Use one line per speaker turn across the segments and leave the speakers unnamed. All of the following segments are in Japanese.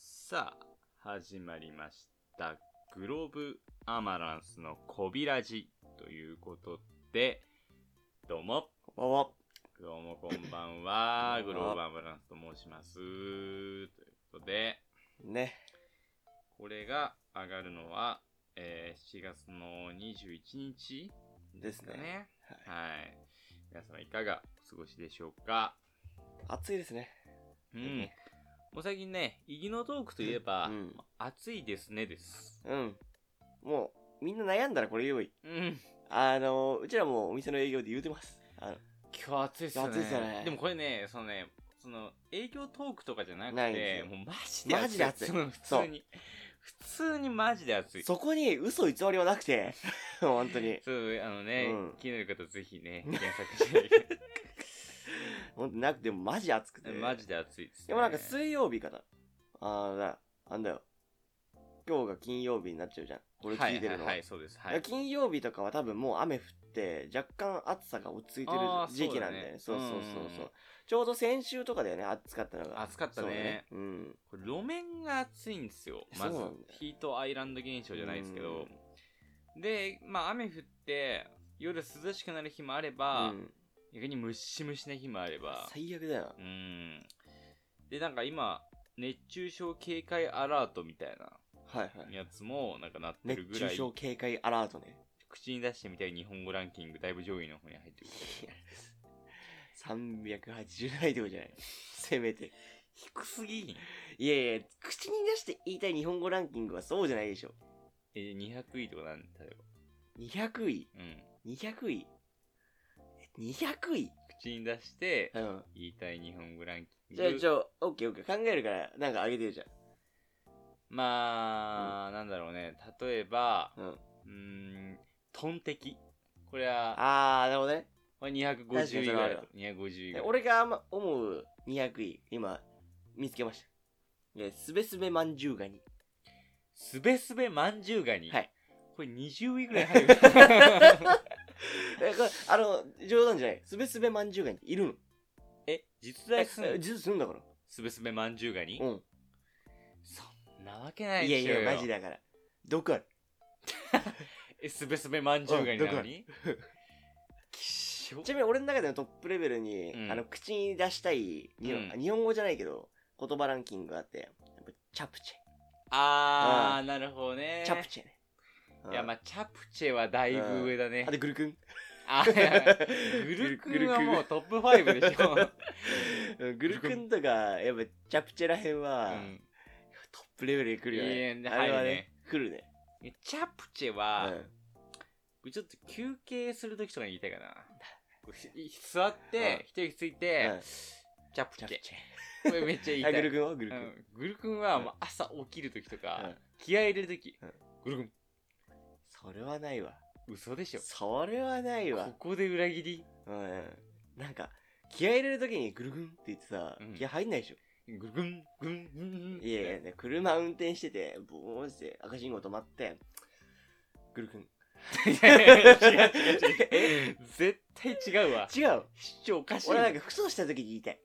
さあ、始まりました。グローブアマランスのコビラジということで、どうも、
こんばんは。、
どうもこんばんはグローブアマランスと申します。ということで、
ね。
これが上がるのは、えー7月の21日ですか
です
ね。はい。皆様いかがお過ごしでしょうか
暑いですね。
う
うん
ん。もう最近ね、イギのトークといえば、
うん
暑いですねです。
うん。もう、みんな悩んだらこれ言えばいい。
うん。
あの、うちらもお店の営業で言うてます。あの
今日暑いっすよね。
暑いっすよね
でもこれね、そのね、その、営業トークとかじゃなく
ないん
て、
ですよ
もうマジで暑い。
マジで暑い
その普通に。普通にマジで暑い。
そこに嘘偽りはなくて、 本当に。
そう、あのね、
うん
気になる方ぜひね、検索して
本当なくて、マジ暑く て。
マジで暑いです、ね。
でもなんか水曜日かな。あーだ、なんだよ。今日が金曜日になっちゃうじゃん。これ聞いてる
は
のは。
いはい、はい、そうです。はい。
だから金曜日とかは多分もう雨降って若干暑さが落ち着いてる
あー
時期なんだよね。
そ
そうう
だね
そうそう
うんうん
そううんちょうど先週とかだよね、暑かったのが。
暑かった
そう
ね。
うん。
これ路面が暑いんですよ。まず
そうなんだ、よ
ヒートアイランド現象じゃないですけど。で、まあ雨降って、夜涼しくなる日もあれば、
うん
逆にムシムシな日もあれば。
最悪だよ
うん。で、なんか今、熱中症警戒アラートみたい
な。はいは。
ないやつも、なんかなって
熱
るぐ
中
らい、
症警戒アラートね。
口に出してみたい日本語ランキング、だいぶ上位の方に入ってくる。
380ないとこじゃない。せめて。
低すぎん
いやいや、口に出して言いたい日本語ランキングはそうじゃないでしょ。
え、200位とかなんだよ。
200位
うん。
?200 位 ?200 位
口に出して、
うん。
言いたい日本語ランキング。
じゃあ、じゃあ、オッケーオッケー。考えるから、なんかあげてよじゃ
まあ、なんだろうね。例えば、
ん。うん。
うーん、トンテキ。これは、
あー、なるほどね。
これ250位ぐ
確かにそれ
ら
はあ
い
る
だ
わ。
250位ぐ
で
らい。
俺があんま思う200位、今、見つけました。え、すべすべまんじゅうがに。
すべすべまんじゅうがに。
はい
これ20位ぐらい入る。
え、これ、あの、冗談じゃない。すべすべまんじゅうがにいるの。
え、実在すんの
え、実するんだから。
すべすべまんじゅうがに、
うん。
そんなわけない
い
で
や
し
い
ょよ。
や、マジだから。毒ある。
え、すべすべまんじゅうがになのに、きしょ
ちなみに俺の中でのトップレベルに、
うん
あの、口に出したい日本、
うん
日本語じゃないけど、言葉ランキングがあって、やっぱチャプチ
あー、なるほど
ェ。
ね。
チャプチェね。
いや、ま
あ、
あ、チャプチェはだいぶ上だね。
あと、グルクン。
あ、いやいやグルクンはもうトップ5でしょ。
うんグルクンとか、やっぱチャプチェらへん
う
は、
ん
トップレベルで来るよ
い
ね。
や
あれは
入るね
ね、来るね。
チャプチェ
うん
は、ちょっと休憩するときとかに言いたいかな。座って、一息ついて、
うん
チャプチ
チャ
ェ
プ。チ
これめっちゃ言い
ェ。
た
あ、
い。
グルクンはグル
う
クン。
んグルクンはもう朝起きるときと
う
か
ん、
気合い入れるとき
うん、
グルクン、
それはないわ。
嘘でしょ。
それはないわ
こ。こで裏切り
うん。なんか、気合い入れるときにグルクンって言ってさ
うん、
気合入んないでしょ。
グルクン、グン、グン、グン。
いやいや、ね、車運転してて、ボーンして赤信号止まって、ぐるくん。
い やいや違う違う違う。絶対違うわ。
違う
主張おかしい。
俺なんか、ふとした時に言いたい。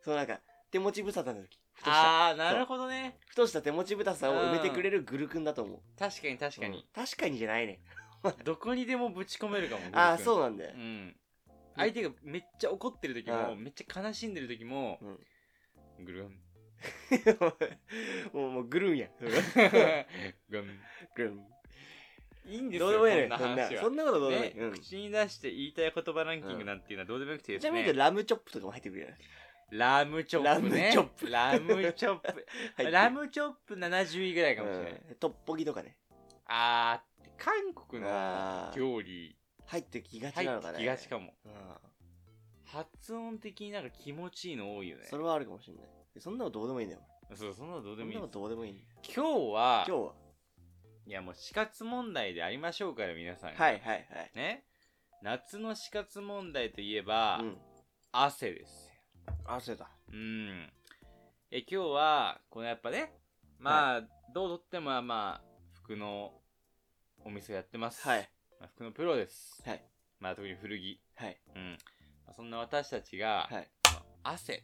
そのなんか、手持ち無沙汰の時。ふとした。
あー、なるほどね。
ふとした手持ち無沙汰を埋めてくれるぐるくんだと思う。
確かに確か
うん
に。
確かにじゃないね。
どこにでもぶち込めるかも。
ああ、
う
そうなんだよ
う。ん、相手がめっちゃ怒ってる時も、
う
めっちゃ悲しんでる時も、グ ルン
もう、もう、ぐるんや。
グン
ぐるん。
いいんです
ど
よ
うでもいいね。
こんな
そんな
話、は
そんなことどうでもい
ね
い。うん
口に出して言いたい言葉ランキングなんていうのはどうでもよくてで
ちな
す
みに
ね、
言うとラムチョップとかも入ってくるよね。
ラムチョップね
ラムチョップ
ラムチョッ プ
入ってる
ラムチョップ70位ぐらいかもしれない、
うんトッポギとかね。
あー韓国の
あー
料理
入ってきがち
入
なの
っ
か
て
ね。
きがちかも
うん
発音的になんか気持ちいいの多いよね
それはあるかもしれない。そんなのどうでもいいんだよ。
そうそんなのどう
そ
でも
ん
いい
なの
今
どうでもいいんだよ。
日は
今日は。
いやもう死活問題でありましょうから皆さん
はいはいはい。
ね夏の死活問題といえば、
うん。
汗です
汗だ。
うんえ今日はこのやっぱねまあ、どうとってもまあ服のお店やってます、
はい。
まあ、服のプロです、
はい
まあ、特に古着、
はい。
うんまあ、そんな私たちが、
はい。
まあ汗、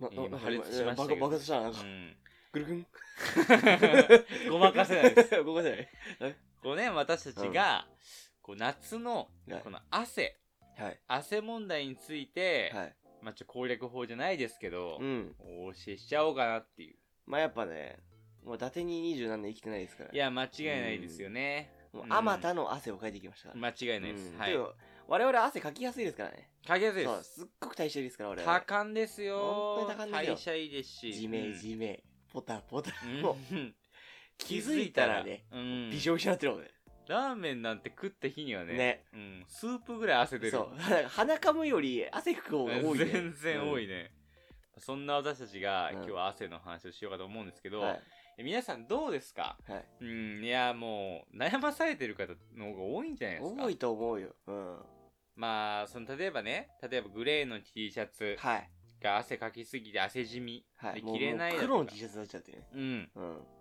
な
今破裂しましたけど
爆爆発したな、なん
う
か。
ん、
ぐるぐん。
ごまかせないです。。
ごまかせない。
こうね、私たちが、こう夏の
はい、
この汗、
はい。
汗問題について、
はい。
まあちょっと攻略法じゃないですけど、
うん。
お教えしちゃおうかなっていう。
まあやっぱね、もう伊達に二十何年生きてないですから。
いや、間違いないですよね。
もう
うん
あまたの汗をかいてきましたから。
間違いないです。
うん
はい
て。か我々汗かきやすいですからね。
かけやすい
そう
で
です
す。
っごく代謝いいですから、我
多
々。
感ですよ。
本当に多感ですよ
代謝いいですし。
じめじめ、ポタポタ。
うん
もう
うん
気づいたらね、、
うん
びしょびしょになってるもんね。
ラーメンなんて食った日にはね、
ね。
うん、スープぐらい汗出る。
そう。鼻かむより汗かく方が多いね。
全然多いね、そんな私たちが、
うん
今日は汗の話をしようかと思うんですけ
う
ど、
ん。はい。
え皆さんどうですか
はい。
うんいやもう悩まされてる方の方が多いんじゃないですか
多いと思うよ。うん。
まあその例えばね例えばグレーの T シャツ
はい。
が汗かきすぎて汗じみ
は
で
い。もう
着れない
もう
だ
黒
と
の
か
T シャツになっちゃってね。
うん
うん。は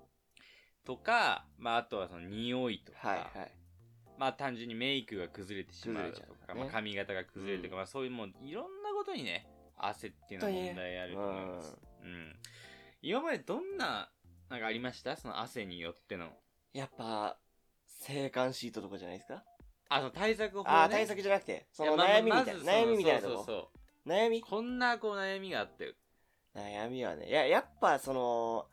とかまああとはその匂いとか、
い。はい。
まあ単純にメイクが崩れてしまうだと
崩れちゃ
か、
うね
まあ、髪型が崩れるとか、
うん
まあそういうもういろんなことにね汗っていうのは問題あると思います、うん、今までどんななんかありましたその汗によっての
やっぱ、制汗シートとかじゃないですか
あの対策法、ね、
ああ、対策じゃなくて、その
やまあ
悩み
ま
み
あ
たい
まず
な、悩みみたいな
そうそう
と
そ
こ。
うそ
悩み
うこんなこう悩みがあったよ
悩みはね、いや、やっぱその、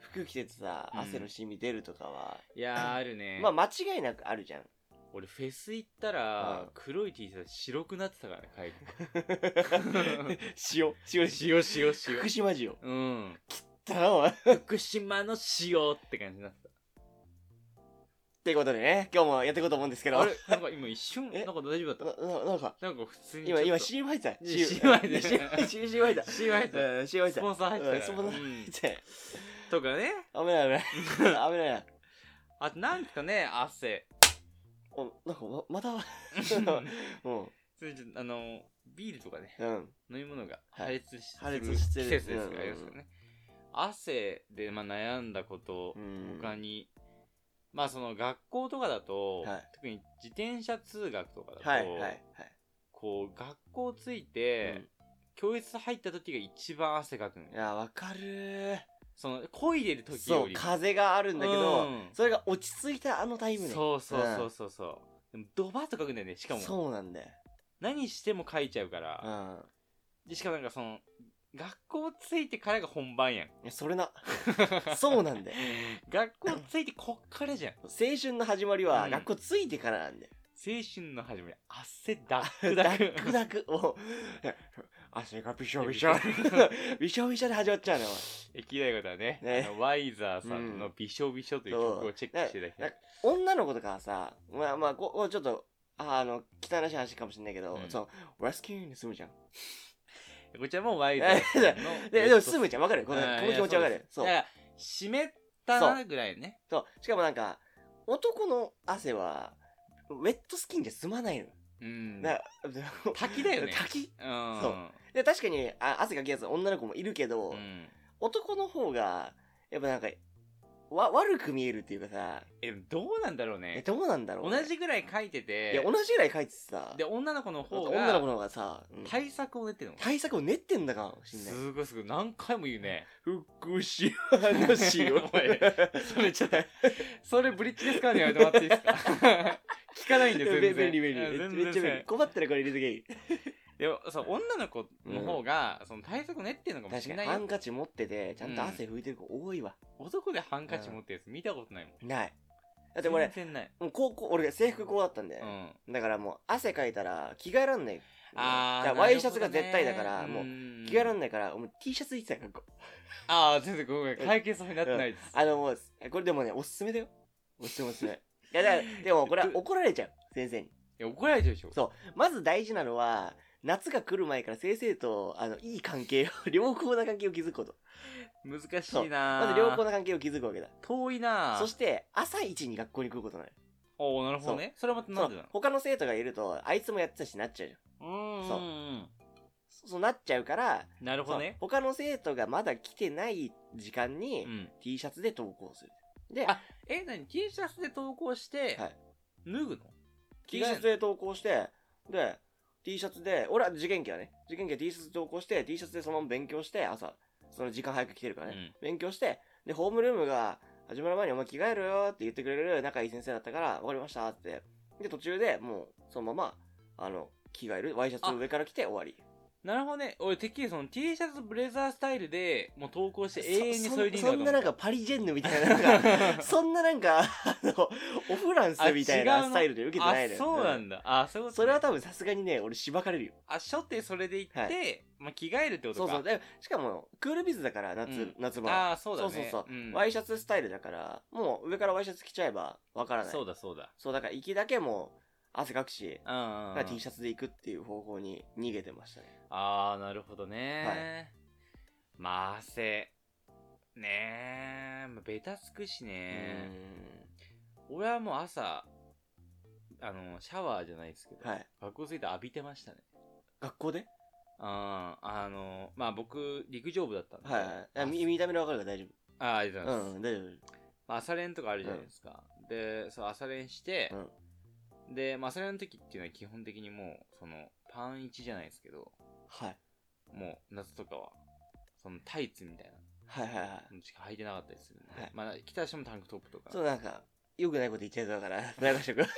服着ててさ、
うん
汗の染み出るとかは、
いやーあるね、
まあ間違いなく あるじゃん。
俺フェス行ったら、
うん
黒い T シャツ白くなってたからね帰って
塩、
塩
塩、
塩
福島塩。
塩うん
だな、お前。っ
福島の塩って感じになってた
てことでね、今日もやっていこうと思うんですけど。
あれなんか今一瞬な
え
んか大丈夫だった
なななんか、
なんか普通に
今、今、
シ
CM 入ってた。
ね CM 入ってた
CM 入ってた。
ーワイド
うん CM 入って
ス
た。
ポンサー入ってたから
うんスポンサー
うん
って
とかね
危ない 危ない。危ないな。
あとなんかね汗
お、なんか、ま、また、うん。
それじゃあのビールとかね
うん。
飲み物が
はい
破裂し,、
破裂してる
季節ですから、
うん
ありますよね汗で、まあ、悩んだこと、
うん
他にまあその学校とかだと、
はい
特に自転車通学とかだと、
はい、はい、はい。
こう学校着いて、教室入った時が一番汗かくの
うんいや、わかるー。
その漕いでる時
そ
よ
う
り
風があるんだけど、
うん
それが落ち着いたあのタイムね
そうそうそうそうそう、でもドバッと書くんだよねしかも
そうなんだよ、
何しても書いちゃうか
う
ら、
ん
でしかもなんかその学校着いてからが本番やん
いや、それ なそうなんだよ
学校着いてこっからじゃん
青春の始まりは
うん
学校ついてからなんだよ、
青春の始まり汗だっ
う
く
ダ
だく
ックダクもう汗がびしょびしょびしょびしょで始まっちゃうの よ
聞きたいことはね
ね
あのワイザーさんの「びしょびしょ」という曲をチェックしていただきた
ないんか女の子とかはさまあまあここうちょっとああの汚らしい話かもしれないけど、
うん
そのワスキューに住むじゃん
こちらもワイザーさんの
ででも
す
住むじゃんわかるこのこの気持ちわかるそう
だから湿ったなぐらいね
そう。しかもなんか、男の汗は、ウェットスキンじゃ済まないの。
うん
な
滝だよね
滝。
うん
そで、確かにあ汗かきやすい女の子もいるけど、
うん
男の方が、やっぱなんか、わ、悪く見えるっていうかさ、
えでもどうなんだろうね
え、どうなんだろう、ね。
同じぐらい書いてて
いや、同じぐらい書いててさ、
で女の子の方
女の子
が
の方がさ、うん
対策を練ってるの
対策を練ってんだかもしんない。
すごいすごい何回も言うね
福島の塩
おいそれちょっとそれブリッジですからねやめてもらっていいです か聞かないんで全然
便利便利
いや全然
めっちゃ便利困ったらこれ入れとけばいい
でもそう女の子の方が、その対策を練ってるのかも
確
しれ
かに
ない
ハ
よ
ンカチ持っててちゃんと汗拭いてる子多いわ、
男でハンカチ持ってるやつ見たことないもん
ないだって俺
全然ない、
もう高校、俺が制服こうだったんで、
うん、
だからもう汗かいたら着替えらんない。
あ
だから
ー
ワイシャツが絶対だから、もう着替えらん
い
ないから、もう T シャツいってたから、こう
ああ全然ごめん解決法になってないです、
あのもう、これでもね、おすすめだよ。おすすめ おすすめ。いやだから、でもこれは怒られちゃう、先生に。
いや怒られてるでしょ
そうまず大事なのは、夏が来る前から先生と、あの、いい関係を、 良好な関係を築くこと。
難しいなー
まず良好な関係を築くわけだ。
遠いなー
そして、朝一に学校に来ることなのよ。
おおなるほどねそれはまたなんでな
そう他の生徒がいると、あいつもやってたしなっちゃうじゃん。
のう
そうん
うん
そそうなっちゃうから、
うんなるほど
そう
ね
他の生徒がまだ来てない時間に、
うん
T シャツで登校する。で、
あえ何 T シャツで投稿して、
はい
脱ぐの
T シャツで登校して、で、T シャツで、俺は受験期はね、受験期は T シャツで登校して、T シャツでそのまま勉強して、朝、その時間早く来てるからね、
うん
勉強して、で、ホームルームが始まる前にお前着替えろよって言ってくれる仲いい先生だったから、わかりましたって。で、途中でもう、そのまま、あの、着替える、ワイシャツを上から着て終わり。
なるほどね。俺、てっきりその T シャツブレザースタイルで、もう投稿して永遠に
そ
それでいい
そんななんかパリジェンヌみたいな、なんか、 そんななんか、あの、オフランスみたい
あ違う
な
の
スタイルで受けてないの
あ、
よ。
そうなんだ。あ、そういうこ
うん
と
それは
ね
多分さすがにね、俺しばかれるよ。
あ、初手それで行って、
は
まあ、着替えるってこと
そう
か。
そう。でしかも、クールビズだから、夏、
うん
夏場は。
ああ、そうだね。
そうそうそうんワイシャツスタイルだから、もう上からワイシャツ着ちゃえばわからない。
そうだそうだ。
そうだから、息だけも汗かくし、
うんうんうん、
だから T シャツで行くっていう方法に逃げてましたね。
ああ、なるほどね。まあ、汗。ねえ、まあベタつくしね。俺はもう朝、あの、シャワーじゃないですけ
うー
ど、
んはい。
学校着いて浴びてましたね。
学校で
ああの、まあ僕、陸上部だったんで。
はいはいあ。見
あ
見た目でわかるから大丈
あありがとうございます
夫。。うん、大丈夫。
まあ朝練とかあるじゃないですか。で、そう、朝練して、で、まあ朝練の時っていうのは基本的にもう、その、パン1じゃないですけど、
はい。
もう夏とかは、そのタイツみたいな。
はいはいはい。
しか履いてなかったりするんで、
はい
まあ、着た人もタンクトップとか。
そう、なんか、良くないこと言っちゃいそうだから、長くしと く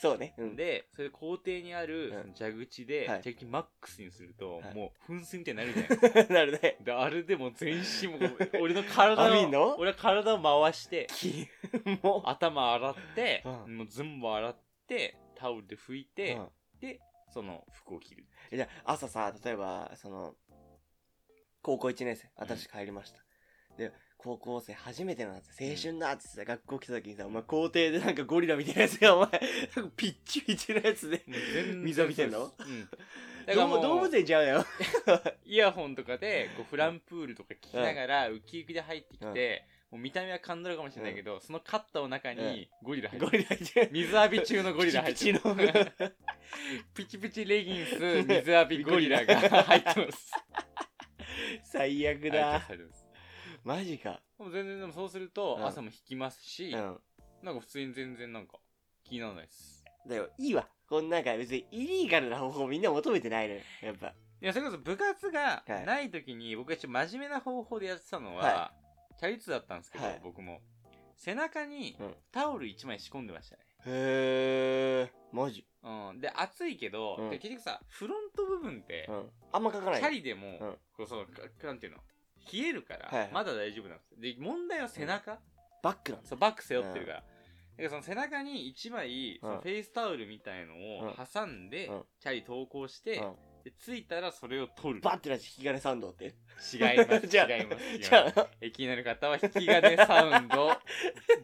そうね。うん。
で、それ校庭にある
うん
その蛇口で、
はい
蛇口マックスにすると、
はい
もう噴水みたいになるじゃないですか。
なるね。
で、あれでもう全身も、俺の体
あいいの
を、俺は体を回して、
き、も
頭洗って、
う
もう全部洗って、タオルで拭いうて、
うん
で、その服を着る。
じゃあ朝さ例えばその高校1年生私帰りました、で高校生初めての夏青春だっつってさ、学校来た時にさお前校庭でなんかゴリラみたいなやつがお前なんかピッチピチのやつで
もう全然
水浴びてんの
そうですうん。だから
どう
も
も
う、
動物園ちゃうよ
イヤホンとかで、こう、フランプールとか聞きながら、ウキウキで入ってきて、もう見た目は感動るかもしれないけど、そのカッターの中にゴリラ入って
ゴ
る。
リラちゃう
水浴び中のゴリラ入ってる。ピ
ピチピチの
チピチレギンス、水浴びゴリラが入って ます。
最悪
はい
だ
入ってます
マジか
もう全然、でもそうすると
う、ん
朝も引きます
う
し、
ん
なんか普通に全然なんか気にならないです。
だよいいわこんなんか別にイリーガルな方法みんな求めてないのよやっぱ
いや、それこそ部活が
はい
ない時に僕がちょっと真面目な方法でやってたのは、
は
キャリツだったんですけど、
はい
僕も。背中に
うん
タオル1枚仕込んでましたね。
へえマジ、
うん。で、暑いけど、
うん
で結局さ、フロント部分って
う、ん、あんま書かない
キャリでも、
うん
こうそう、かなんていうの、冷えるから、
はいはい
まだ大丈夫なんですよ。で、問題は背中、
バックなんです
そう、バッグ背負ってるから。だからその背中に1枚、
うん
そのフェイスタオルみたいの
う
を
ん
挟んで、
うん
チャリ投稿して、
うん
で、着いたらそれを取る。
バッてなし引き金サンドって
違います。
じゃあ
違います。違います
じゃあ
気になる方は引き 金サウンド、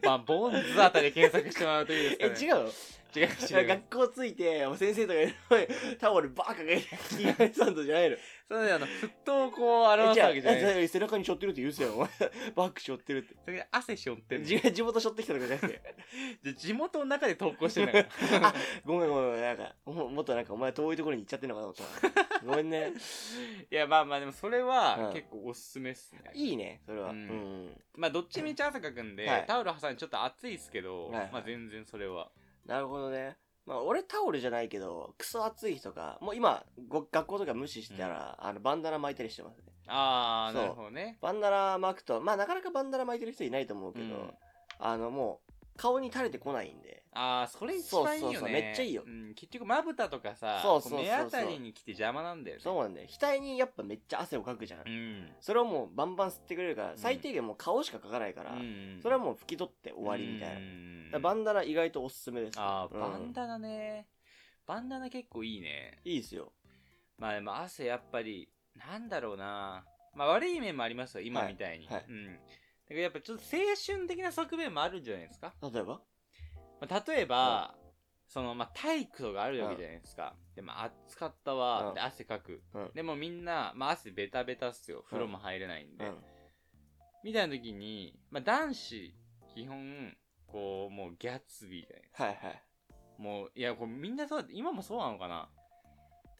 まあ、ボンズあたりで検索してもらうといい
え
ですか
違
ね。違
うの
う。違う違う。
学校着いて先生とかいろいろタオルバーかけて気がサンドじゃないの
それで、あの、沸騰をこう表
えじ
す
ゃ
わけじゃないです。
あ背中にしょってるって言うてたよお前バックしょってるって
それで汗しょってんの
地地元しょってきたとかじゃなくて
で地元の中で投稿してんのよ
あごめんごめんごめんなんかももっとなんかお前遠いところに行っちゃってんのかなと思ったごめんね
いや、まあまあ、でもそれ
う
は
ん
結構おすすめっすね。
いいねそれは
う
うんん、
まあ、どっちみち汗かくんで、
はい
タオル挟んでちょっと暑いっすけど、
はいはい
まあ全然それは。
なるほどねまあ俺タオルじゃないけどクソ暑い日とかもう今ご学校とか無視したら、あのバンダナ巻いたりしてますね
あー、
そう
なるほどね。
バンダナ巻くとまあなかなかバンダナ巻いてる人いないと思うけど、
うん
あのもう顔に垂れてこないんで
あー、それ一番いいよね。
そうそうそうめっちゃいいよ
うん、結局まぶたとかさ、
そうそうそうそう
こ目あたりに来て邪魔なんだよね。
そうなんだよ額にやっぱめっちゃ汗をかくじゃん、
うん。
それをもうバンバン吸ってくれるから
ん
最低限もう顔しかかかないから、
うん
それはもう拭き取って終わりみたいな、
い
だからバ
ン
ンダナ意外とおすすめです、
あー、バン
ダ
ダナね。バンダナ結構いいね。
いいですよ
まあでも汗やっぱり、なんだろうな。まあ悪い面もありますよ、今みたいに。
はいはい
うん。だからやっぱちょっと青春的な側面もあるんじゃないですか。
例えば
まあ、例えば、その、まあ、体育とかあるわけじゃないですか。で、まあ、暑かったわ、
うん
で汗かく。
うん
でもみんな、まあ、汗ベタベタっすよ。風呂も入れないん
う
で。
ん
みたいな時に、まあ、男子、基本、こう、もうギャッツビーじゃない
はいはい
もう、いや、こうみんなそうだ今もそうなのかな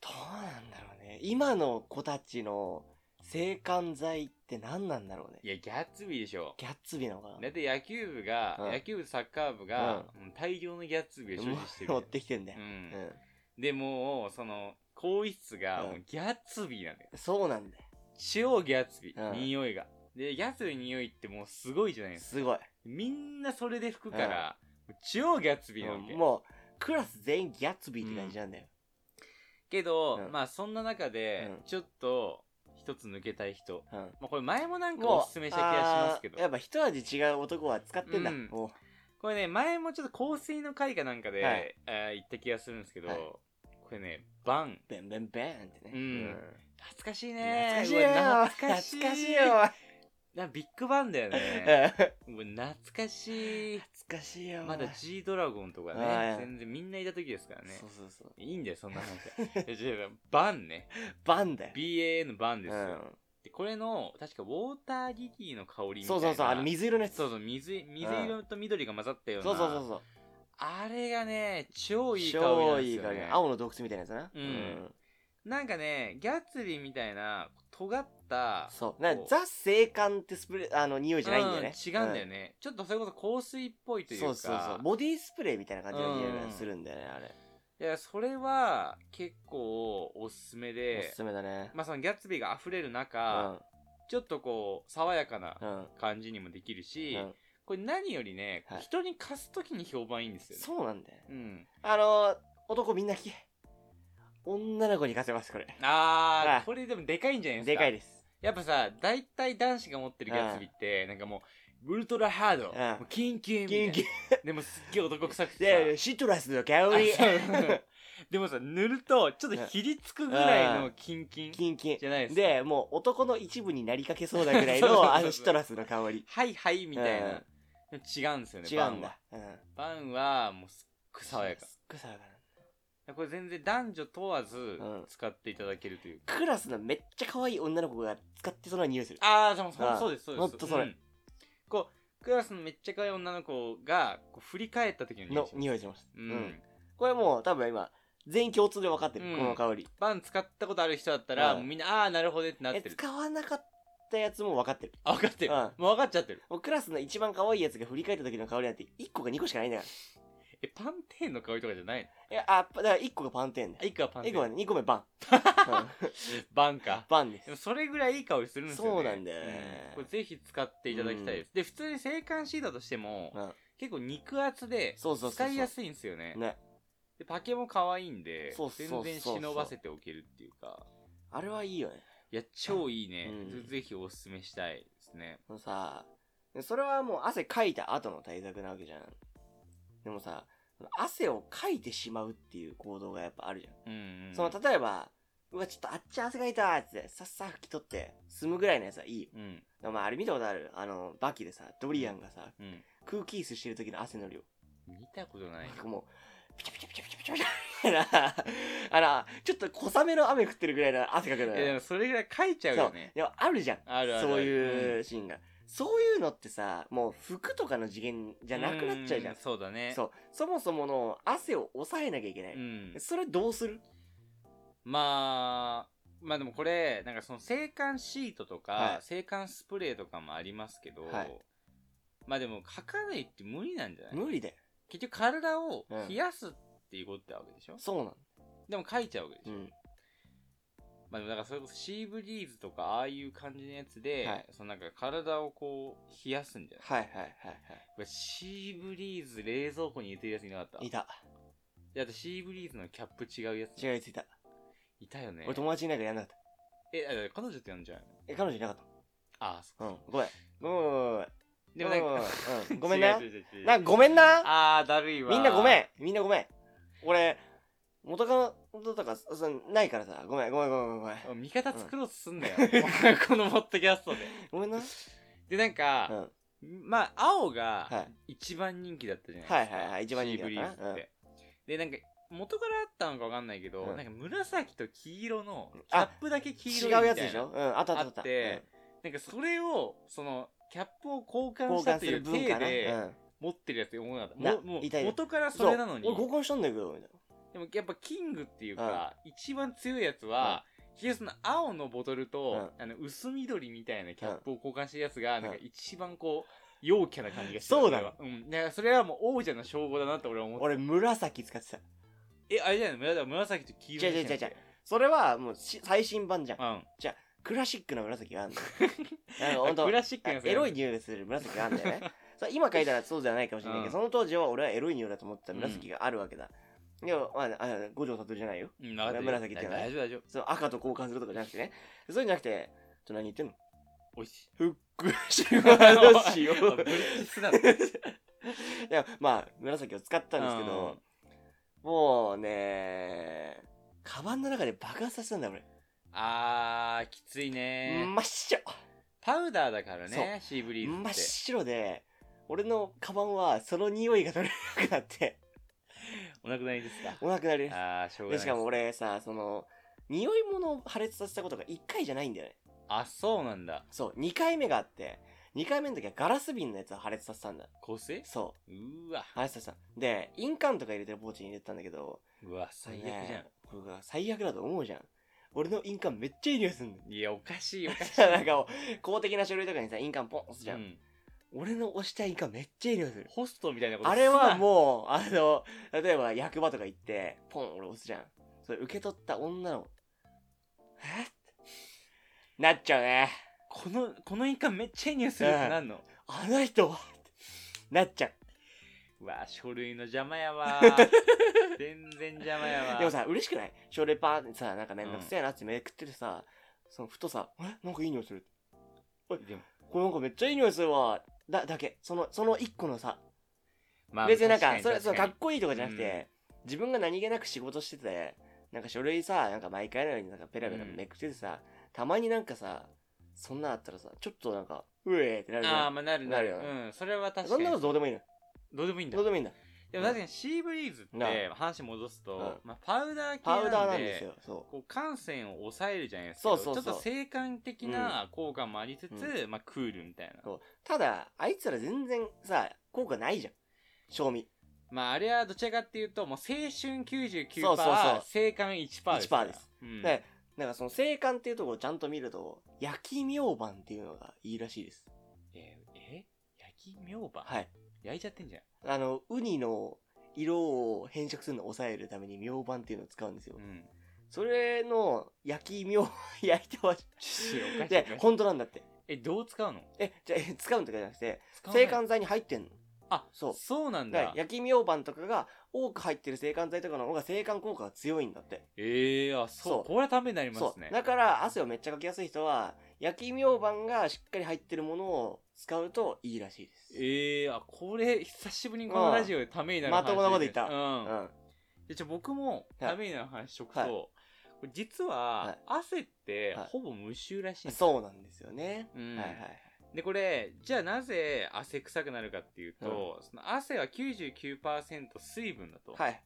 どうなんだろうね今の子たちの制汗剤って何なんだろうね
いや、ギャッツビーでしょ。
ギャッツビーなのかな
だって野球部が、
うん
野球部サッカー部が、もう大量のギャッツビーを所
もう
持してる。
持ってきてんだよ
う、
うんん。
で、もう、その、更衣室が、
うん
もうギャッツビーなんだよ。
そうなんだよ
超ギャッツビー、
うん
匂いが。で、ギャツビーの匂いってもうすごいじゃないですか。
すごい。
みんなそれで吹くから、超ギャツビーなわけ。
もう、クラス全員ギャッツビーって感じなんだよ。
けど、
うん
まあそんな中で
うん、
ちょっと、一つ抜けたい人。
うん。
まあこれ前もなんか
もう
おすすめした気がしますけど
あー。やっぱ一味違う男は使ってんだ。
うん
も
これね、前もちょっと香水の回かなんかで、
はい
あー言った気がするんですけど、
はい
これね、バン。
う、ベンベンベンってね。
うん懐かしいね。
懐かしいよ
うわ懐
懐
か
か
しい。
しいよ。
なビッグバンだよ
うん
ね。
懐
うわ懐かしい。
かしいよ。
まだ G ドラゴンとかね
は、い
全然みんないた時ですからね
そ。うそうそう。
いいんだよ、そんな話は。 いや違うバンね。
バンだよ。
BAN のバンですよ。
うん
でこれの、確かウォーターリリーの香りみたいな。
そうそうそう、あの水色のやつ。
そうそう水い、水色と緑が混ざったような。
そうそうそうそう。
あれがね、超いい香りな
超
ん
い
で
い
すよ、
香り
ね。
青の洞窟みたいなやつな。
うんなんかね、ギャツビーみたいな、尖った、
そう。なんか
こう
ザ・青函ってスプレー、あの、匂いじゃないんだよね。
うん違うんだよね。ちょっとそれこそ香水っぽいと
うん。
いうか。
そうそうそう。ボディスプレーみたいな感じの匂いがするんだよね、あれ。
いや、それは、結構、おすすめ
お
で、
すすめだね。
まあ、そのギャツビーが溢れる中、ちょっとこう、爽やかな
うん。うん。
感じにもできるし、
うん
これ何よりね、
はい
人に貸すときに評判いいんですよね。
そうなんだよね。
うん。
あの、男みんな聞け。女の子に貸せます、これ。
あー、
はい
これでもでかいんじゃないですか。
でかいです。
やっぱさ、大体男子が持ってるギャツビーって、なんかもう、ウルトラハード、
うん
もうキンキンみたい
キ
な
ンキン。
でもすっげえ男臭くて
で、シトラスの香
さ。
り。
あ そうでもさ、塗ると、ちょっとひりつくぐらいのキンキン
キンキン。
じゃないですか。
で、もう男の一部になりかけそうなぐらい
そうそうそう
の、あのシトラスの香り。
はいはいみたいな。違うんですよね、
違うんだ。う
バン
ん。
は。バンはもうすっごい爽やか。
すっごい爽やか
これ全然男女問わず
ん
使っていただけるというか。
な。クラスのめっちゃ可愛い女の子が使ってそうな匂いする。
ああ、でもそ
あ
う
あ
そうです、そうです。
ほんとそれ
うんこう、クラスのめっちゃ可愛い女の子が、こう振り返った時の
の
匂い
匂いします。
う
うんん。。これもう多分今、全員共通で分かって
う
る、
ん
この香り。
バン使ったことある人だったら、
うん
もうみんな、ああー、なるほどってなっ
え、
てる。
使わなかったやつも分かってる。
あ、分かってる。
うん
もう分かっちゃってる。
もうクラスの一番可愛いやつが振り返った時の香りなんて1個か2個しかないんだか
え、パンテーンの香りとかじゃないの
ら。いや、あ、だから1個がパンテーンだ
あ、いくはパンテ
1
ー
個は
ン。
2個目 バン。うん
バンか。
バンです
でも。それぐらいいい香りするんですよね。
そうなんだよね
うんこれぜひ使っていただきたいです。で、普通に制汗シートとしても、
うん
結構肉厚で、
そうそうそうそ
使
う
いやすいんですよね。
ね。
で、パケも可愛いんで
そう、そうそうそう
全然忍ばせておけるっていうか。
あれはいいよね。
いや、超いいね。
うん
ぜひおすすめしたいですね。
もうさ、それはもう汗かいた後の対策なわけじゃん。でもさ、汗をかいてしまうっていう行動がやっぱあるじゃん。
うん、うん。
その、例えば、うわ、ちょっとあっち汗かいたーっつって、さっさ拭き取って、済むぐらいのやつはいいよ。
うん。
でもまあ、あれ見たことあるあの、バキでさ、ドリアンがさ、
うん。
空気椅子してる時の汗の量。
見たことない。
なんかもう、ピチャピチャピチャピチャピチャピチャみたいな、 あら、ちょっと小雨の雨降ってるぐらいの汗かくの
いや、で
よ。
もそれぐらい書いちゃうよね。
でもあるじゃん。
あるあるある
そういうシーンが。そういうのってさ、もう服とかの次元じゃなくなっちゃうじゃん。
んそうだね。
そう。そもそもの汗を抑えなきゃいけない。
うん。
それどうする
まあ、まあでもこれ、なんかその制汗シートと
は
か
い、
制汗スプレーとかもありますけど、
はい
まあでも書かないって無理なんじゃない
無理だよ。
結局体を
うん
冷やすっていうことってわけでしょ、
そうなんだ。
でも書いちゃうわけでし
う
ょ、
ん。
まあでもだからそれこそシーブリーズとかああいう感じのやつで、
はい
そのなんか体をこう冷やすんじゃない
はいはいはい
これシーブリーズ冷蔵庫に入れてるやついなかった
はい。いた。
であとシーブリーズのキャップ違うやつ
違うやついた。
いたよね
俺友達いないからやんなかった。
えあ彼女って呼んじゃうの
え、彼女いなかっ
ああそ
た。うん。ごめん。ごめ
う
ん
でもなん
ごめんごめんごめん
か
うん。
違う。
ごめんな
違う違う違う
なんかごめんな。
ああだるいわ
みんなごめん。みんなごめん。俺、元カノとか、そそないからさ。ごめんごめんごめんごめん。
味方作ろうとすんだよ、
うん
このポッドキャストで
ごめんな。
でなんか、
うん。
まあ、青
は
が
い
一番人気だったじゃないですか。
はいはいはい一番人気だ
シー
っ
ブリ
た
ー
な
ズって。で、なんか、元からあったのかわかんないけど、
うん
なんか紫と黄色の、キャ
あ
ップだけ黄色いみ
違
たいな。
うやつでしょうん。あったあったあ
あ
っ。
ったてなんかそれを、その、キャップを交
うん
換し
交
た
換
と
す
い
る
う
文
体
化な。
で、
うん。
持ってるやつ思わなかった。
な
もうもう
いたいた
元からそれなのに。
う俺合コンしたんだけど、みたい
でもやっぱキングっていうか、一番強いやつは、ヒゲその青のボトルと、あの薄緑みたいなキャップを交換してるやつが、
ん
なんか一番こう、陽キャな感じがして
そうなの
のうん。だからそれはもう王者の称号だなって俺は思
な。
って。
俺、紫使ってた。
え、あれじゃないの紫と黄色
違う
じゃ
違う
なくて
違う違うそれは、もうし、最新版じゃん。
うん。
じゃあクラシックな 紫があんのなんか
あ
ほんと
クラシックなやつ
エロい匂いがする紫があんだよね それ今書いたらそうじゃないかもしれないけど、その当時は俺はエロい匂いだと思ってた紫があるわけだ、いやまあ、あ五条悟じゃないよ
うん、分かってる
紫っていうのはね
大丈夫大丈夫
その赤と交換するとかじゃなくてねそういうんじゃなくてちょっと何言ってんの
おいしい
ふっくらしい話を
あブリッジスなの
いやまあ紫を使ったんですけど、もうねカバンの中で爆発させたんだ俺、
あーきついね、
真っ白
パウダーだからねシーブリーズって
真っ白で俺のカバンはその匂いが取れなくなって
お亡くなりですか
お亡くなりです
あーしょうがな
で
い
しかも俺さその匂い物を破裂させたことが1回じゃないんだよね
あそうなんだ
そう2回目があって2回目の時はガラス瓶のやつを破裂させたんだ
香水
そう
ーわ
う破裂させたで印鑑とか入れてるポーチに入れてたんだけど
うわ最悪じゃ
ねこれが最悪だと思うじゃん俺の印鑑めっちゃいい匂いすんの
んいやおかしいおかしい
なんかもう公的な書類とかにさ印鑑ポン押すじゃん、
うん
俺の押した印鑑めっちゃいい匂いする
ホストみたいなこと
あれは
う
もうあの例えば役場とか行ってポン俺押すじゃんそれ受け取った女のえってなっちゃうね
このこの印鑑めっちゃいい匂いするってなんの
あの人はってなっちゃう
うわ書類の邪魔や わ全然邪魔やわ
でもさ嬉しくない書類パーってさなんか面倒くせえなってめくっててさ、そのふとさ「えなんかいい匂いする」
でも
これなんかめっちゃいい匂いするわ。だ、だけ。その、その一個のさ。
まあ
別になんか、
確
それ、
に
その
確
か
か
っこいいとかじゃなくて、自分が何気なく仕事してて、なんか書類さ、なんか毎回のようになんかペラペラ
うん
めくっててさ、たまになんかさ、そんなあったらさ、ちょっとなんか、うえーってなる
に
じゃ
ああ
ん。
まあなるなる
なるよ
うんそれは確か
そん
に
なことどうでもいいの。
どうでもいいんだ
どうでもいいんだ。
でも確かにシーブリーズっ
な
て話戻すと、
う
まあ、パウダー系
パウダー
な
なんんです
で
よ。そ
こう感染を抑えるじゃないですかど
そうそうそう
ちょっと静観的な効果もありつつ、まあ、クールみたいな、
う。そうただ、あいつら全然さ、効果ないじゃん。賞味。
まああれはどちらかっていうともう青春99%
そうそうそう
静観1%ですから
1%です、
うん
で、なんかその生還っていうところをちゃんと見ると、焼き明晩っていうのがいいらしいです。
ええ焼きみょうば、
はい。
焼いちゃってんじゃん
あの、ウニの色を変色するのを抑えるために明晩っていうのを使うんですよ
う。ん
それの焼き明晩 焼いてほし
ちょっとおか
い。
しいな
で、本当なんだって。
えどう使うの
え、じゃあ使うんとかじゃなくて、
使わない
制汗剤に入ってんの。
あ
そ
そううそうなん
だから
だ
焼き明晩とかが多く入ってる制汗剤とかの方が制汗効果が強いんだって。
ええあそう
そう
これはためになりま
そ
すね
う。だから汗をめっちゃかきやすい人は、焼き明晩がしっかり入ってるものを使うといいらしいです。
ええあこれ久しぶりにこのラジオでためになる話
まともなこと言った
うん、
うん。
でじゃあ僕もためになる話しとくと、
はい
これ実
は
はい汗って
はい
ほぼ無臭らしいんですよ
そうなんですよね。
うん
はいはい。
でこれじゃあなぜ汗臭くなるかっていうと、その汗は99%水分だと、
はい。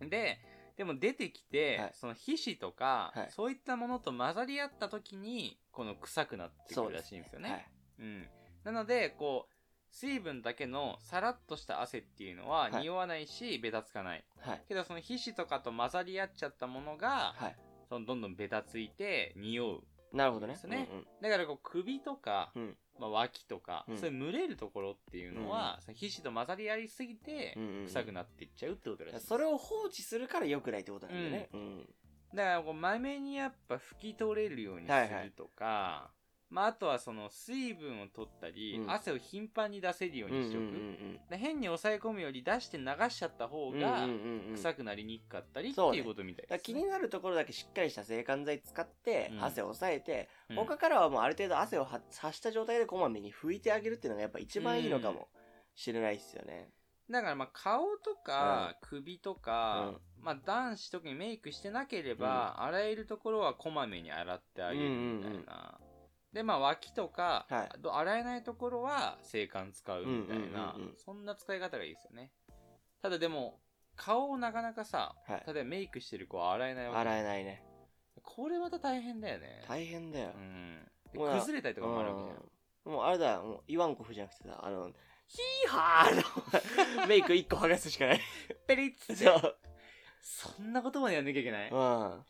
ででも出てきて、
はい
その皮脂とか、
はい
そういったものと混ざり合った時にこの臭くなってく
そう
る
で
ら
す
しいんですよね
はい。
うん、なのでこう水分だけのさらっとした汗っていうのは
はい
匂わないし、ベタつかない
はい。
けどその皮脂とかと混ざり合っちゃったものが、
はい。
そのどんどんベタついて匂う
なるほどね。
ですね
うんうん
だからこう首とか、
うん
まあ、脇とか、
うん
そういう蒸れるところっていうのは、その皮脂と混ざり合いすぎて
うんうんうん
臭くなっていっちゃうってことらしいです
それを放置するから良くないってことなんだよね。うん。
だからこうまめにやっぱ拭き取れるようにす
はいはい
るとか、まあ、あとはその水分を取ったり、
うん
汗を頻繁に出せるようにしておく、
うんうんうん
で変に抑え込むより出して流しちゃった方
うんうん
が
うんうんだ
臭くなりにくかったりって
そうね
いうことみたい
から
です
気
ね、
になるところだけしっかりした制汗剤使って
うん
汗を抑えて、
うん
他からはもうある程度汗をは発した状態でこまめに拭いてあげるっていうのがやっぱ一番いいのかもしれないですよね。
だからまあ顔とか首とか、まあ、男子特にメイクしてなければ、洗えるところはこまめに洗ってあげるみたいな、
うんうんうん
でまあ脇とか、
はい
あと洗えないところは制汗使うみたいな、
うんうんうんうん
そんな使い方がいいですよねただでも顔をなかなかさ、
はい
例えばメイクしてる子は洗えないわけ
洗えないね。
これまた大変だよね
大変だよ。
うん
ほ
で
ら
崩れたりとかもあるわけじゃん
うんもうあれだ、もう言わんこふじゃなくてさ、あの、ヒーハーのメイク1個剥がす しかない。
ペリッつって
そう。
そんなことまでやんなきゃいけない、
うん。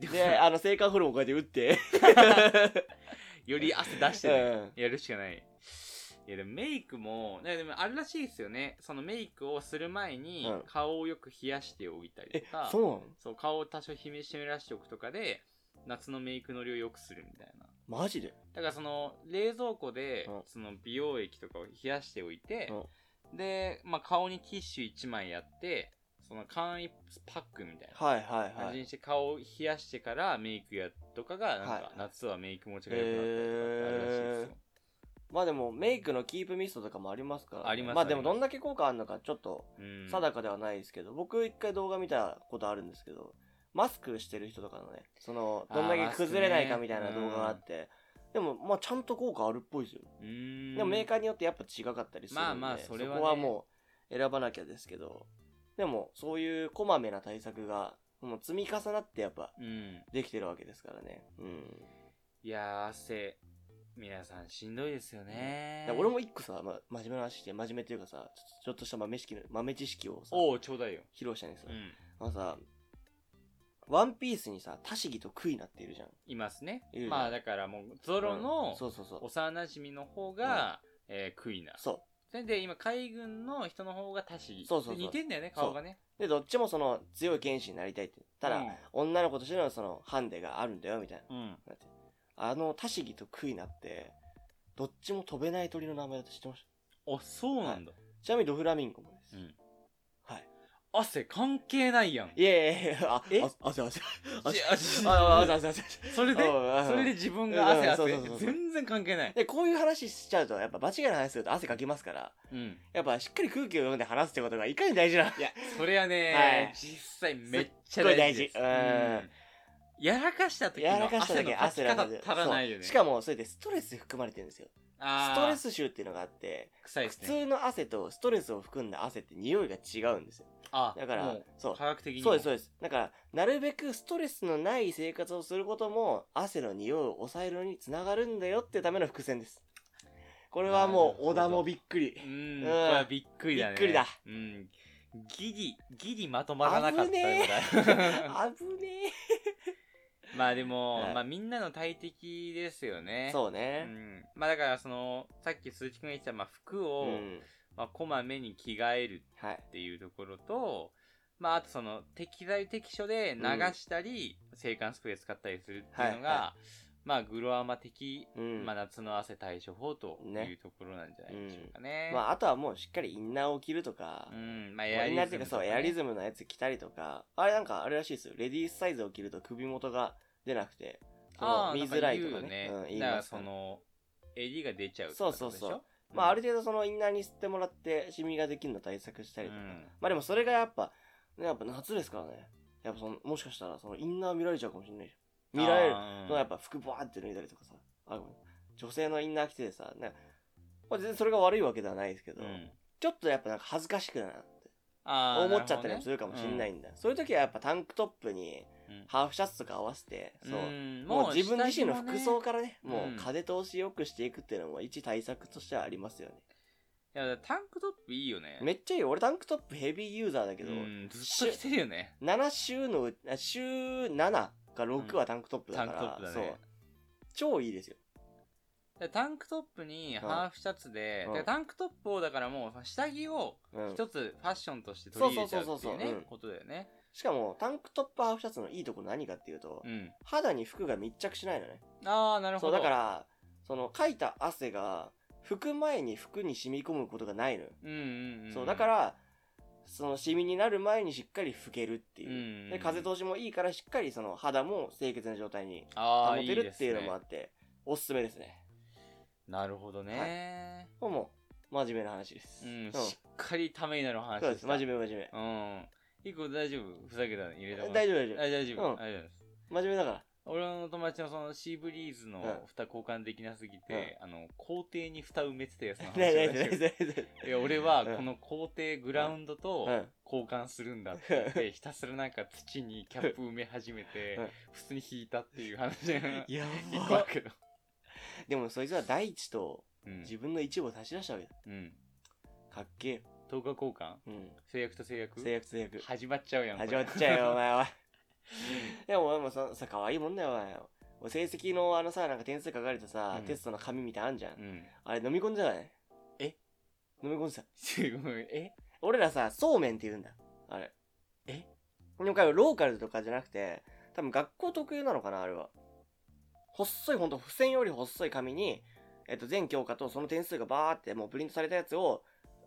でも
で、あの、性感ホルモンこうやって打って。
より汗出して
う
ね、
ん。
やるしかない。いやでもメイクも、ね、でもあるらしいですよね。そのメイクをする前に
うん
顔をよく冷やしておいたり
え
とか、、
そうなの
そう顔を多少ひめしめらしておくとかで、夏のメイクのりを良くするみたいな。
マジで
だからその冷蔵庫で
うん
その美容液とかを冷やしておいて、
う
で、まあ、顔にティッシュ1枚やってその簡易パックみたいな
はいはい
感
は
じ
い。
にして顔を冷やしてからメイクやとかがなん
はい
か夏はメイク持ちが良くなったりとかあるらしいですよ、
まあでも、メイクのキープミストとかもありますから、
あります
あでも、どんだけ効果あるのか、ちょっと
うん
定かではないですけど、僕一回動画見たことあるんですけど、マスクしてる人とかのね、その、
あー
どんだけ崩れないか
マスクね
みたいな動画があって、でも、まあちゃんと効果あるっぽいですよ。
うん
でもメーカーによってやっぱ違かったりするんで、
まあまあそれはね
こはもう選ばなきゃですけど、でもそういうこまめな対策がもう積み重なってやっぱ
うん
できてるわけですからね。うん。
いやー汗皆さんしんどいですよね
で俺も一個さ、ま、真面目な話して、真面目っていうかさ、ちょちょっとした豆知識の豆知識をさ、披
おおちょうだいよ、
露したいんですよ。
うん、
あのさ、ワンピースにさ、タシギとクイナっているじゃん。
いますね
いるね
まあだからもうゾロ
う
の
んそうそうそう。
幼馴染の方が、えークイナ
そ
それで今海軍の人の方がタシ
そうそうそう
似てんだよね顔がね
う。で、どっちもその強い剣士になりたいって。ただ、
うん
女の子としてのそのハンデがあるんだよ、みたいな。
うん
だってあのタシギとクイナってどっちも飛べない鳥の名前だと知ってました
あそうなんだ、
ちなみにドフラミンゴもです、
うん
はい
汗関係ないやん
いやいやいやあ
え
あ汗汗
し
汗
あし
あ汗汗汗
それで
うん
それで自分が汗
うんそう
汗
そうそうそう
全然関係ない
でこういう話しちゃうとやっぱ間違いない話すると汗かきますから
うん
やっぱしっかり空気を読んで話すってことがいかに大事なの
いやそれは
は
ね
い
実際めっちゃ大事です
すっごい大事うん
うんやらかした時
やら
の
かした
汗
時
の
に
か
汗
き
な
方
んで
足らないよね
そうしかもそれでストレス含まれてるんですよ
あ
ス
ー
トレス臭っていうのがあって
臭いで
普
すね
通の汗とストレスを含んだ汗って匂いが違うんですよ
あ
だから
もう
そう
科学的にも
そうですそうですだからなるべくストレスのない生活をすることも汗の匂いを抑えるのにつながるんだよっていうための伏線ですこれは
なるほ
もう
ど
小田もびっ くり
うん、
うん
これはびっくりだね。
びっくりだ
うん。ギリ、ギリまとまらなかった
危ね
ぐ
危
らい
ね
まあでも、
はい
まあみんなの大敵ですよ
え
ね。
そう
う
ね
ん。まあだからその、さっき鈴木くんが言ってた、まあ服
う
を、
ん
まあこまめに着替える
はい
っていうところと、まああとその適材適所で流したり、制汗スプレー使ったりするっていうのが、
はいは
まあグロアマ的、
うん
まあ夏の汗対処法とい
ね
うところなんじゃないでしょうかね。
まああとはもうしっかりインナーを着るとか
うん、まあ
イ
エア
ン
リ
ナー
ズ
っ
ム
ていうか
と
そう
ね
エアリズムのやつ着たりとかあれなんかあれらしいですよレディースサイズを着ると首元が出なくてその
ああ
見づらいとかね
なん
うん
か言うよね
言い
だから
ます
そ
から
の襟が出ちゃう
そうそうそ
と
う
かってことでしょ
まあある程度そのインナーに吸ってもらってシミができるの対策したりとか、
うん
まあでもそれがやっぱ、ね、やっぱ夏ですからねやっぱそのもしかしたらそのインナー見られちゃうかもしれないじゃん見られる
あー
のはやっぱ服バーって脱いだりとかさあごめん女性のインナー着ててさなんかまあ、全然それが悪いわけではないですけど、
うん
ちょっとやっぱなんか恥ずかしくなるなって
あー
思っちゃった
な
り
る
も
ほ
す
どね
るかもしれないんだ、そういう時はやっぱタンクトップに
うん
ハーフシャツとか合わせて、そう、
ん
もう自分
下
自
着
身の
もね
服装からね、も
うん
う風通しよくしていくっていうのも一対策としてはありますよね。
いやタンクトップいいよね
めっちゃいいよ。俺タンクトップヘビーユーザーだけど、
うんずっと着てるよね
7週のうち、あ週7か6はタンクトップだ
タ
か
ンク
ら、
トップだ
そう
ね。
超いいですよ。
でタンクトップにハーフシャツで、
うん
でタンクトップをだからもう下着を
うん
一つファッションとして取り入れちゃうっていう
そうそう
ね
そうそううん
ことだよね
しかも、タンクトップハーフシャツのいいところ何かっていうと、
うん
肌に服が密着しないのね。
ああなる
そ
ほ
う、
ど
だから、その、かいた汗が、拭く前に服に染み込むことがないのよ。
うんうんうん
そう、だから、その、シミになる前にしっかり拭けるっていう。
うん
で、風通しもいいから、しっかりその、肌も清潔な状態に
あ
保
ー
てるっていうの
いいですね
もあって、おすすめですね。
なるほどね、
これも真面目な話です。
うん、
そう
しっかりためになる話
そう
で。
ですす。真面
目。
目真面目。
うん。一個大丈夫ふざけたの入れた
大
丈
丈夫大丈夫。
大丈夫。
うん
大丈夫です。
真面目だから。
俺の友達のそのシーブリーズの
うん
蓋交換できなすぎて、あの、校庭に蓋埋めてたやつの話
大
を
丈夫
大丈
大丈夫大丈
夫いや俺は
うん
この校庭グラウンドと
夫。うん。
交換するんだって言 って、ひたすらなんか土にキャップ埋め始めて
うん、
普通に引いたっていう話が
や
一個あるけど。
でもそいつは第一と
うん。
自分の一部を足し出したわけだ。
うん。
かっけえよ。
等価交換
うん。
制約と制約
制約制約。
始まっちゃうやん。これ
始まっちゃうよ、お前は。でも、お前もさ、さ、可愛いもんだよ、お前。お成績のあのさ、なんか点数書かれたさ、
うん
テストの紙みたいなのあんじゃん。
うん。
あれ飲み込んじゃない
え
飲み込んじゃ
すごい。え
俺らさ、そうめんって言うんだ。あれ。
え
でも、ローカルとかじゃなくて、多分学校特有なのかな、あれは。細い、ほんと、付箋より細い紙に、えっと、全教科とその点数がバーってもうプリントされたやつを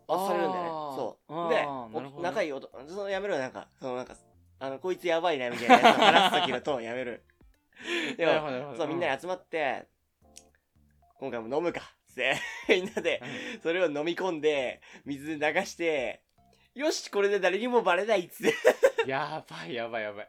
渡されるんだよね。
あー
そう。
あー
で
なるほど
お、
ね
仲いい男、そのやめろよ、なんか、そのなんか、あの、こいつやばいな、みたいなやつを話す時のトーンや める。でも
なるほどなるほど
そう、みんなで集まって、今回も飲むか、つって、 みんなで、それを飲み込んで、水で流して、よし、これで誰にもバレないっつって、
やばいやばいやばい。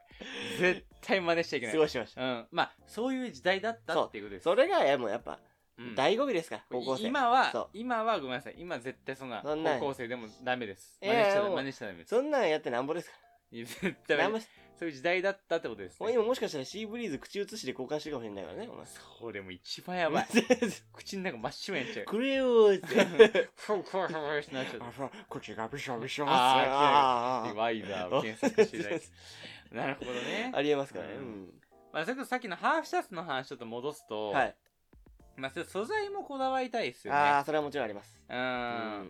絶対真似しちゃいけない。
過ごしました。
うん。まあ、そういう時代だったっていうことです。
それが、いやもうやっぱ、
うん
醍醐味ですから、高校生。
今
そう
は、今はごめんなさい。今絶対そんな、
そんな
高校生でもダメです。
い
真
や
似
いや
しちゃダ
も
メ
う
真似しちゃダメです。
そんなんやってなんぼですか
いや絶
ら。
対ダ
なん
メ
ぼ
です。そういう時代だったってことです
お
ね
前。今もしかしたらシーブリーズ口移しで交換してるかもしれないからね、お前。
それも一番 やばい。口の中真っ白になっちゃう。
くれよーって。
ふわふわふわってなっちゃ う。
そうこっちがびしょびしょ
あ
あーあーあー
ワイザーを検索していた だいて。なるほどね。
ありえますからね。
う
うんん
まあ、それこそさっきのハーフシャツの話ちょっと戻すと、
はい。
まあ、それ素材もこだわりたいですよ
あ
ね。
あ、それはもちろんあります。
う
うん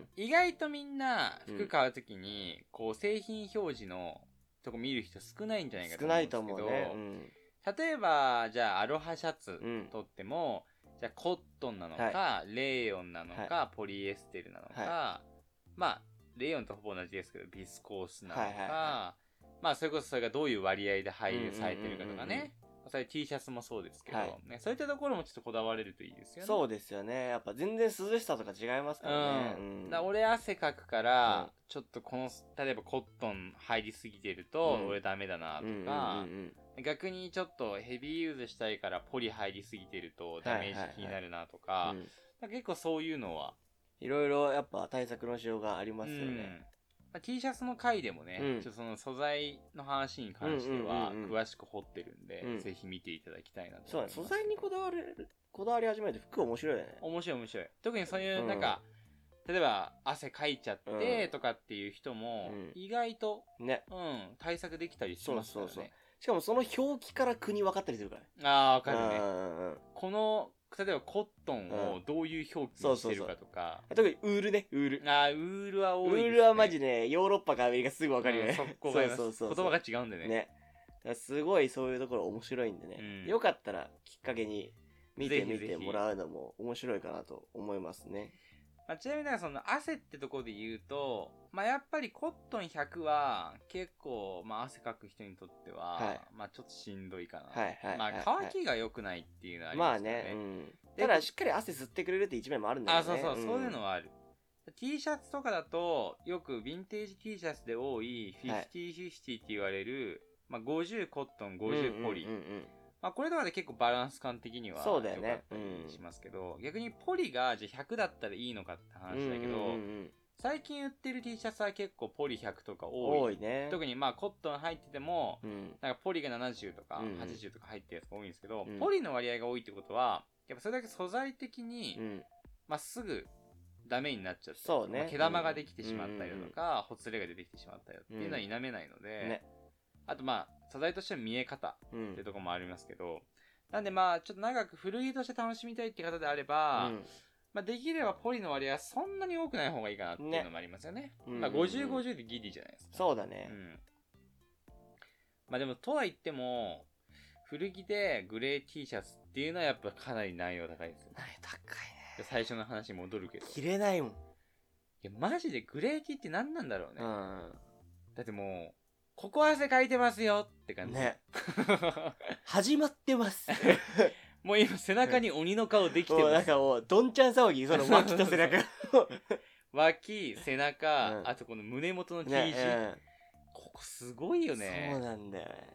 ん。
意外とみんな服買うときに、こう、製品表示のとこ見る人少ないんじゃないかと思う
少
ん
な
です
い
け
と
ど、
思うね。うん
例えば、じゃあ、アロハシャツ
うん
とっても、じゃあ、コットンなのか、レーヨンなのか、ポリエステルなのか、まあ、レーヨンとほぼ同じですけど、ビスコースなのか、
はいはいは
まあ、それこそそれがどういう割合で配慮されてるかとか
うんうんうん
ね、それ T シャツもそうですけど、
はい
ね、そういったところもちょっとこだわれるといいですよね。
そうですよね。やっぱ全然涼しさとか違いますからね。
う、
うんん
だから俺汗かくから、
うん
ちょっとこの例えばコットン入りすぎてると、
うん
俺ダメだなと
うんうんうん
か、
うん
逆にちょっとヘビーユーズしたいからポリ入りすぎてるとダメージ気になるなとか,、
うん
結構そういうのは、
いろいろやっぱ対策のしようがありますよ
うん
ね。
まあ T シャツの回でもね、
うん
ちょっとその素材の話に関しては
うんうんうんうん
詳しく掘ってるんで、
うん
ぜひ見ていただきたいなと
そう
思い
だ
ま
ね
す
素材にこだわる、こだわり始めると服面白いよね。
面白い面白い特にそういう
うん
なんか、例えば汗かいちゃってとかっていう人も、
うん
意外と
ね。
うん、対策できたりしますからね。
そうそうしかもその表記から国分かったりするからね。
ああ、わかる
う
ね。
んうんうん
この、例えばコットンをどういう表記にしてるかとか。
特にウールね、ウール。
ああ、ウールは多
ウ
いです、ね。
ールはマジね、ヨーロッパかアメリカすぐ分かるよ
うん
ね。
速攻があります
そうそうそうそう
言葉が違うんでね。
ね。だからすごいそういうところ面白いんでね、
うん
よかったらきっかけに見
ぜ
て
ひぜ
み
ひ
てもらうのも面白いかなと思いますね。
まあ、ちなみになんかその汗ってところで言うと、まあ、やっぱりコットン100は結構、まあ、汗かく人にとっては、
はい
まあ、ちょっとしんどいかな。
はいはい
ま
は
あ
いはい、
乾きが良くないっていうのはあり
ま
ます
あ
よね。
ね、うん、
で
ただしっかり汗吸ってくれるって一面もあるんだよ
あ
ね。
そうそう、そういうの
は。
はある T シャツとかだとよくヴィンテージ T シャツで多い
は
5050
い
って言われる、まあ、50コットン
うん
50ポリ、
うんうんうん
まあ、これとかで結構バランス感的には
そうだよね
良かったりしますけど、逆にポリがじゃあ100だったらいいのかって話だけど、
うんうんうん
最近売ってる T シャツは結構ポリ100とか多
多
い
いね。
特にまあコットン入ってても
うん、
なんかポリが70とか
うんうん
80とか入ってるやつが多いんですけど、
うん
ポリの割合が多いってことはやっぱそれだけ素材的に、
うん、
まあ、すぐダメになっちゃったり
そうね
まあ毛玉ができてしまったりだとか、ほつれが出てきてしまったりっていうのは否めないので、
ね、
あとまあ素材としての見え方
う
っ
ん
ていうところもありますけど、なんでまあちょっと長く古着として楽しみたいって方であれば、
うん
まあ、できればポリの割合はそんなに多くない方がいいかなっていうのもありますよね。
うん
まあ、50、50でギリじゃないですか。
そうだね
う。んまあでもとは言っても古着でグレー T シャツっていうのはやっぱかなり難易度高いですよ
高い
で最初の話に戻るけど
ね。着れないもん。
いや、マジでグレーキって何なんだろうね。
う
だってもう、ここ汗かいてますよって感
ん、
じ。
ね。始まってます。
もう今背中に鬼の顔できて
もうな
ま
ん
す。
かもう、どんちゃん騒ぎ、その脇と 背中が。
脇、背中、
うん
あとこの胸元の T 字、
ね
ここすごいよ
そう
ね。
なんだよね。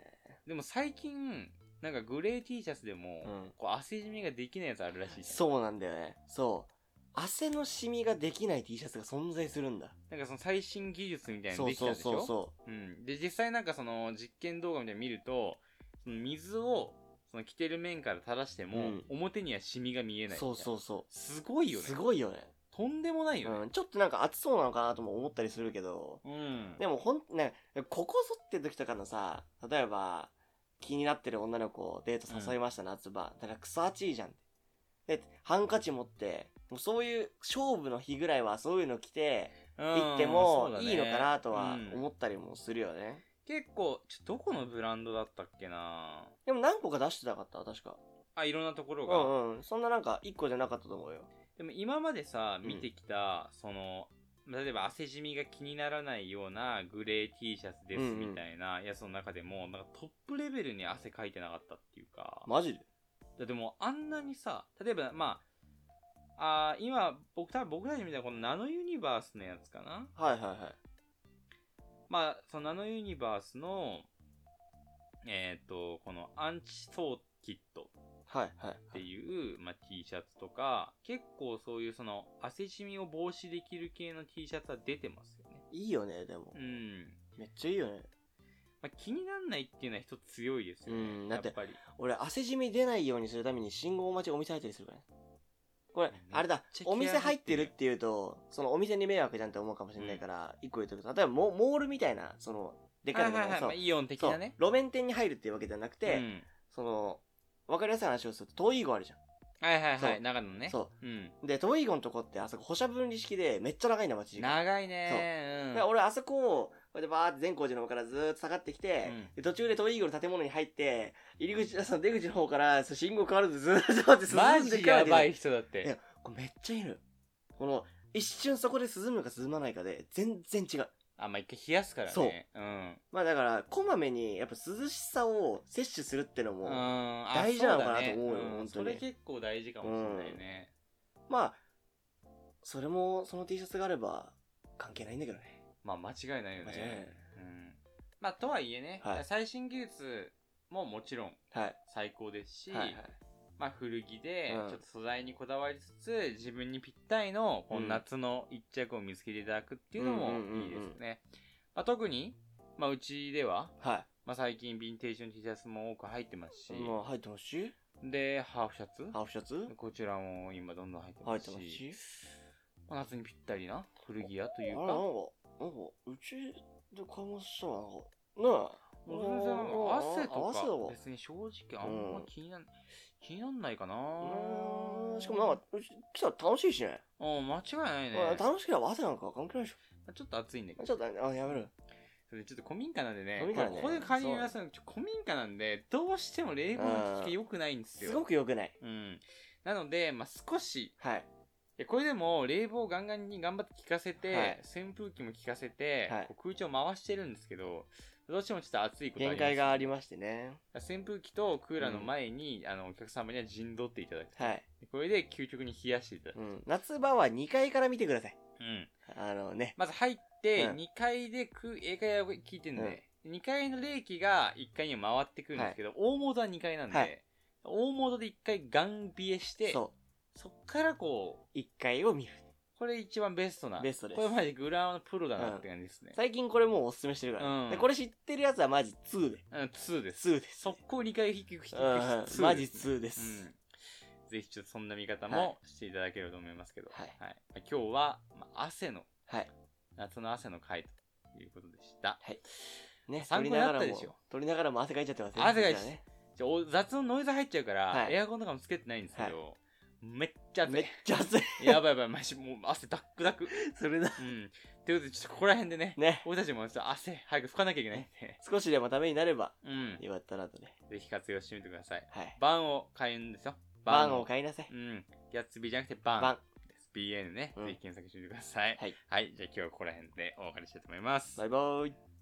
でも最近、なんかグレー T シャツでも、
うん
こう汗染みができないやつあるらしいじゃん
そうなんだよね。そう。汗のシミができない T シャツが存在するんだ。
なんかその最新技術みたいな
そ
の
う
できた
そ
で
う
しょ
そうそ
うん、で実際なんかその実験動画みたいに見るとその水をその着てる面から垂らしても、
うん
表にはシミが見え
う。
ない
そう
う
そうそ
すご
う。
いよね
すごいよね。
とんでもないよね
うん。ちょっとなんか暑そうなのかなとも思ったりするけど、
うん、
でもほん、ね、ここぞって時とかのさ、例えば、気になってる女の子をデート誘いました、夏場。だから草暑いじゃん。で、ハンカチ持って、もうそういう勝負の日ぐらいはそういうの着て、
うん
行ってもいいのかなとは
うん
思ったりもするよね。
結構、ちょどこのブランドだったっけな
でも何個か出してなかった確か。
あ、いろんなところ
う
が。
んうん。そんななんか1個じゃなかったと思うよ。
でも今までさ、
うん
見てきた、その、例えば汗染みが気にならないようなグレー T シャツです
うんうん
みたいなやつの中でも、なんかトップレベルに汗かいてなかったっていうか。
マジで
だってもうあんなにさ、例えばまあ、あー今、僕多分僕たちみたいなこのナノユニバースのやつかな
はいはいはい。
まあ、そのナノユニバースの、えっ、と、このアンチソーキット
はいはい。
っていう、まあ、T シャツとか、結構そういうその汗染みを防止できる系の T シャツは出てますよね。
いいよね、でも
う。ん。
めっちゃいいよね。
まあ、気になんないっていうのは一つ強いですよね。
うんだって
やっぱり。
俺、汗染み出ないようにするために信号待ちお店入ったりするからね。これ、あれだ
めっちゃ、気合
お店入ってる
入
っ
って
言うと、そのお店に迷惑じゃんって思うかもしれないから、一個言っとくと、例えばモモールみたいな、その、でかいの
はいはいは
が
いまあ、イオン的
そう
なね。
路面店に入るっていうわけじゃなくて、
うん
その、わかりやすい話をすると、東イゴあるじゃ
はいはいは
そう
い、長野のね。
そ
うん。
ん。で、東イゴのとこって、あそこ、歩車分離式で、めっちゃ長いんだ、街。
長いね
だ
うん
から俺、あそこを、こうやってバーって善光寺の方からずーっと下がってきて、
うん
で途中で東イゴの建物に入って、入り口、その出口の方から、そう信号変わるとずーっとこうやって進んで
マジやば
い
い人だっ
いや
て。
これめっちゃいいのよ。この、一瞬そこで涼むか涼まないかで、全然違う。
あ、まあ、一回冷やすからね。
そ
う
う
ん。
まあだから、こまめに、やっぱ涼しさを摂取するってのも、大
大
事なのかなと思うよ本当に
それ結構大事かもしれないね。
まあ、それも、その T シャツがあれば、関係ないんだけどね。
まあ、間違いないよ
間違いない
ね。うん。まあ、とはいえね
はい、
最新技術ももちろん
はい。
最高ですし、
はいはい。
まあ、古着で
うん、
ちょっと素材にこだわりつつ、自分にぴったりの、こ
う
の
ん
夏の一着を見つけていただくっていうのもいいで
うんうんうん
すね。まあ、特に、まあ、うちでは、
は
まあ、最近ヴィンテージの T シャツも多く入ってますし
い。、もう入ってほしい
で、ハーフシャツ
ハーフシャツ
こちらも今どんどん入って
入
ま
っ
す
て
し、
ますし。
まあ夏にぴったりな古着屋とい
あ
う
ら、
か
なんか、、なんか、うちで買い物したわ、なんか。ねえ。
俺全然なん
うん
か汗と
汗
か
を
別に正直あんま気になん、気になんないかな
うーんしかもなんか、うち来たら楽しいしね。
うん間違いない
まあ
ね
楽しければ汗なんか関係ないでし
ちょっと暑いんだけ
ょ。
ど
ちょっと、あ、やめろよ。
それでちょっと古民家なんでね
古民家なんでね
これここで仮に言わせるのちょ古民家なんでどうしても冷房の効きが良くないんです
す
よ
ごく良くない。
うんなので、まあ、少し
はい。
いやこれでも冷房ガンガンに頑張って効かせて、
はい
扇風機も効かせて、
はい
こう空調回してるんですけどどうしてもちょっと暑いことあります
限界がありましてね。
扇風機とクーラーの前に、あのお客様には陣取っていただく
はい。
これで究極に冷やしていただく、
うん。夏場は2階から見てください。
うん
あのね。
まず入って、
うん
2階でく英会話を聞いてるんで、2階の冷気が1階には回ってくるんですけど、大元は2階なんで、
はい
大元で1回ガン冷えしてそ
そ
っからこう
う。1階を見る。
これ一番ベストな
ベストです
これマジグラのプロだなって感じですね、
最近これもうおすすめしてるから、
うん
でこれ知ってるやつはマジ2で
うん、2です
2です、
速攻2回引き引き
う
引
ん
き2です、
マジ2です、
うん、ぜひちょっとそんな見方
は
もしていただければと思いますけど、
はい
まあ今日は、まあ、汗の、
はい
夏の汗の回ということでした。
ね
参考になったで
取りなが
し
ら
ょ
も取りながらも汗かいちゃってます
汗かいちゃっ
ちゃ
て
ね
じゃあお雑音ノイズ入っちゃうから、
はい
エアコンとかもつけてないんですけど、めっちゃ暑
めっ
い。
ちゃ暑い
やばいやばい、マジもう汗ダックダック。
それだ
うん。ということで、ちょっとここら辺でね、
ね
俺たちもちょっと汗早く拭かなきゃいけないんで、
少しでもためになれば
うん。
よかったなとね
ぜひ活用してみてください。
はい
バンを買えるんですよ。
バンを買いなさい
うん。ギャッツビーじゃなくてバン。
バン
です。BN ね、
うん
ぜひ検索してみてください。
はい。
じゃあ今日はここら辺でお別れしたいと思います。
バイバイ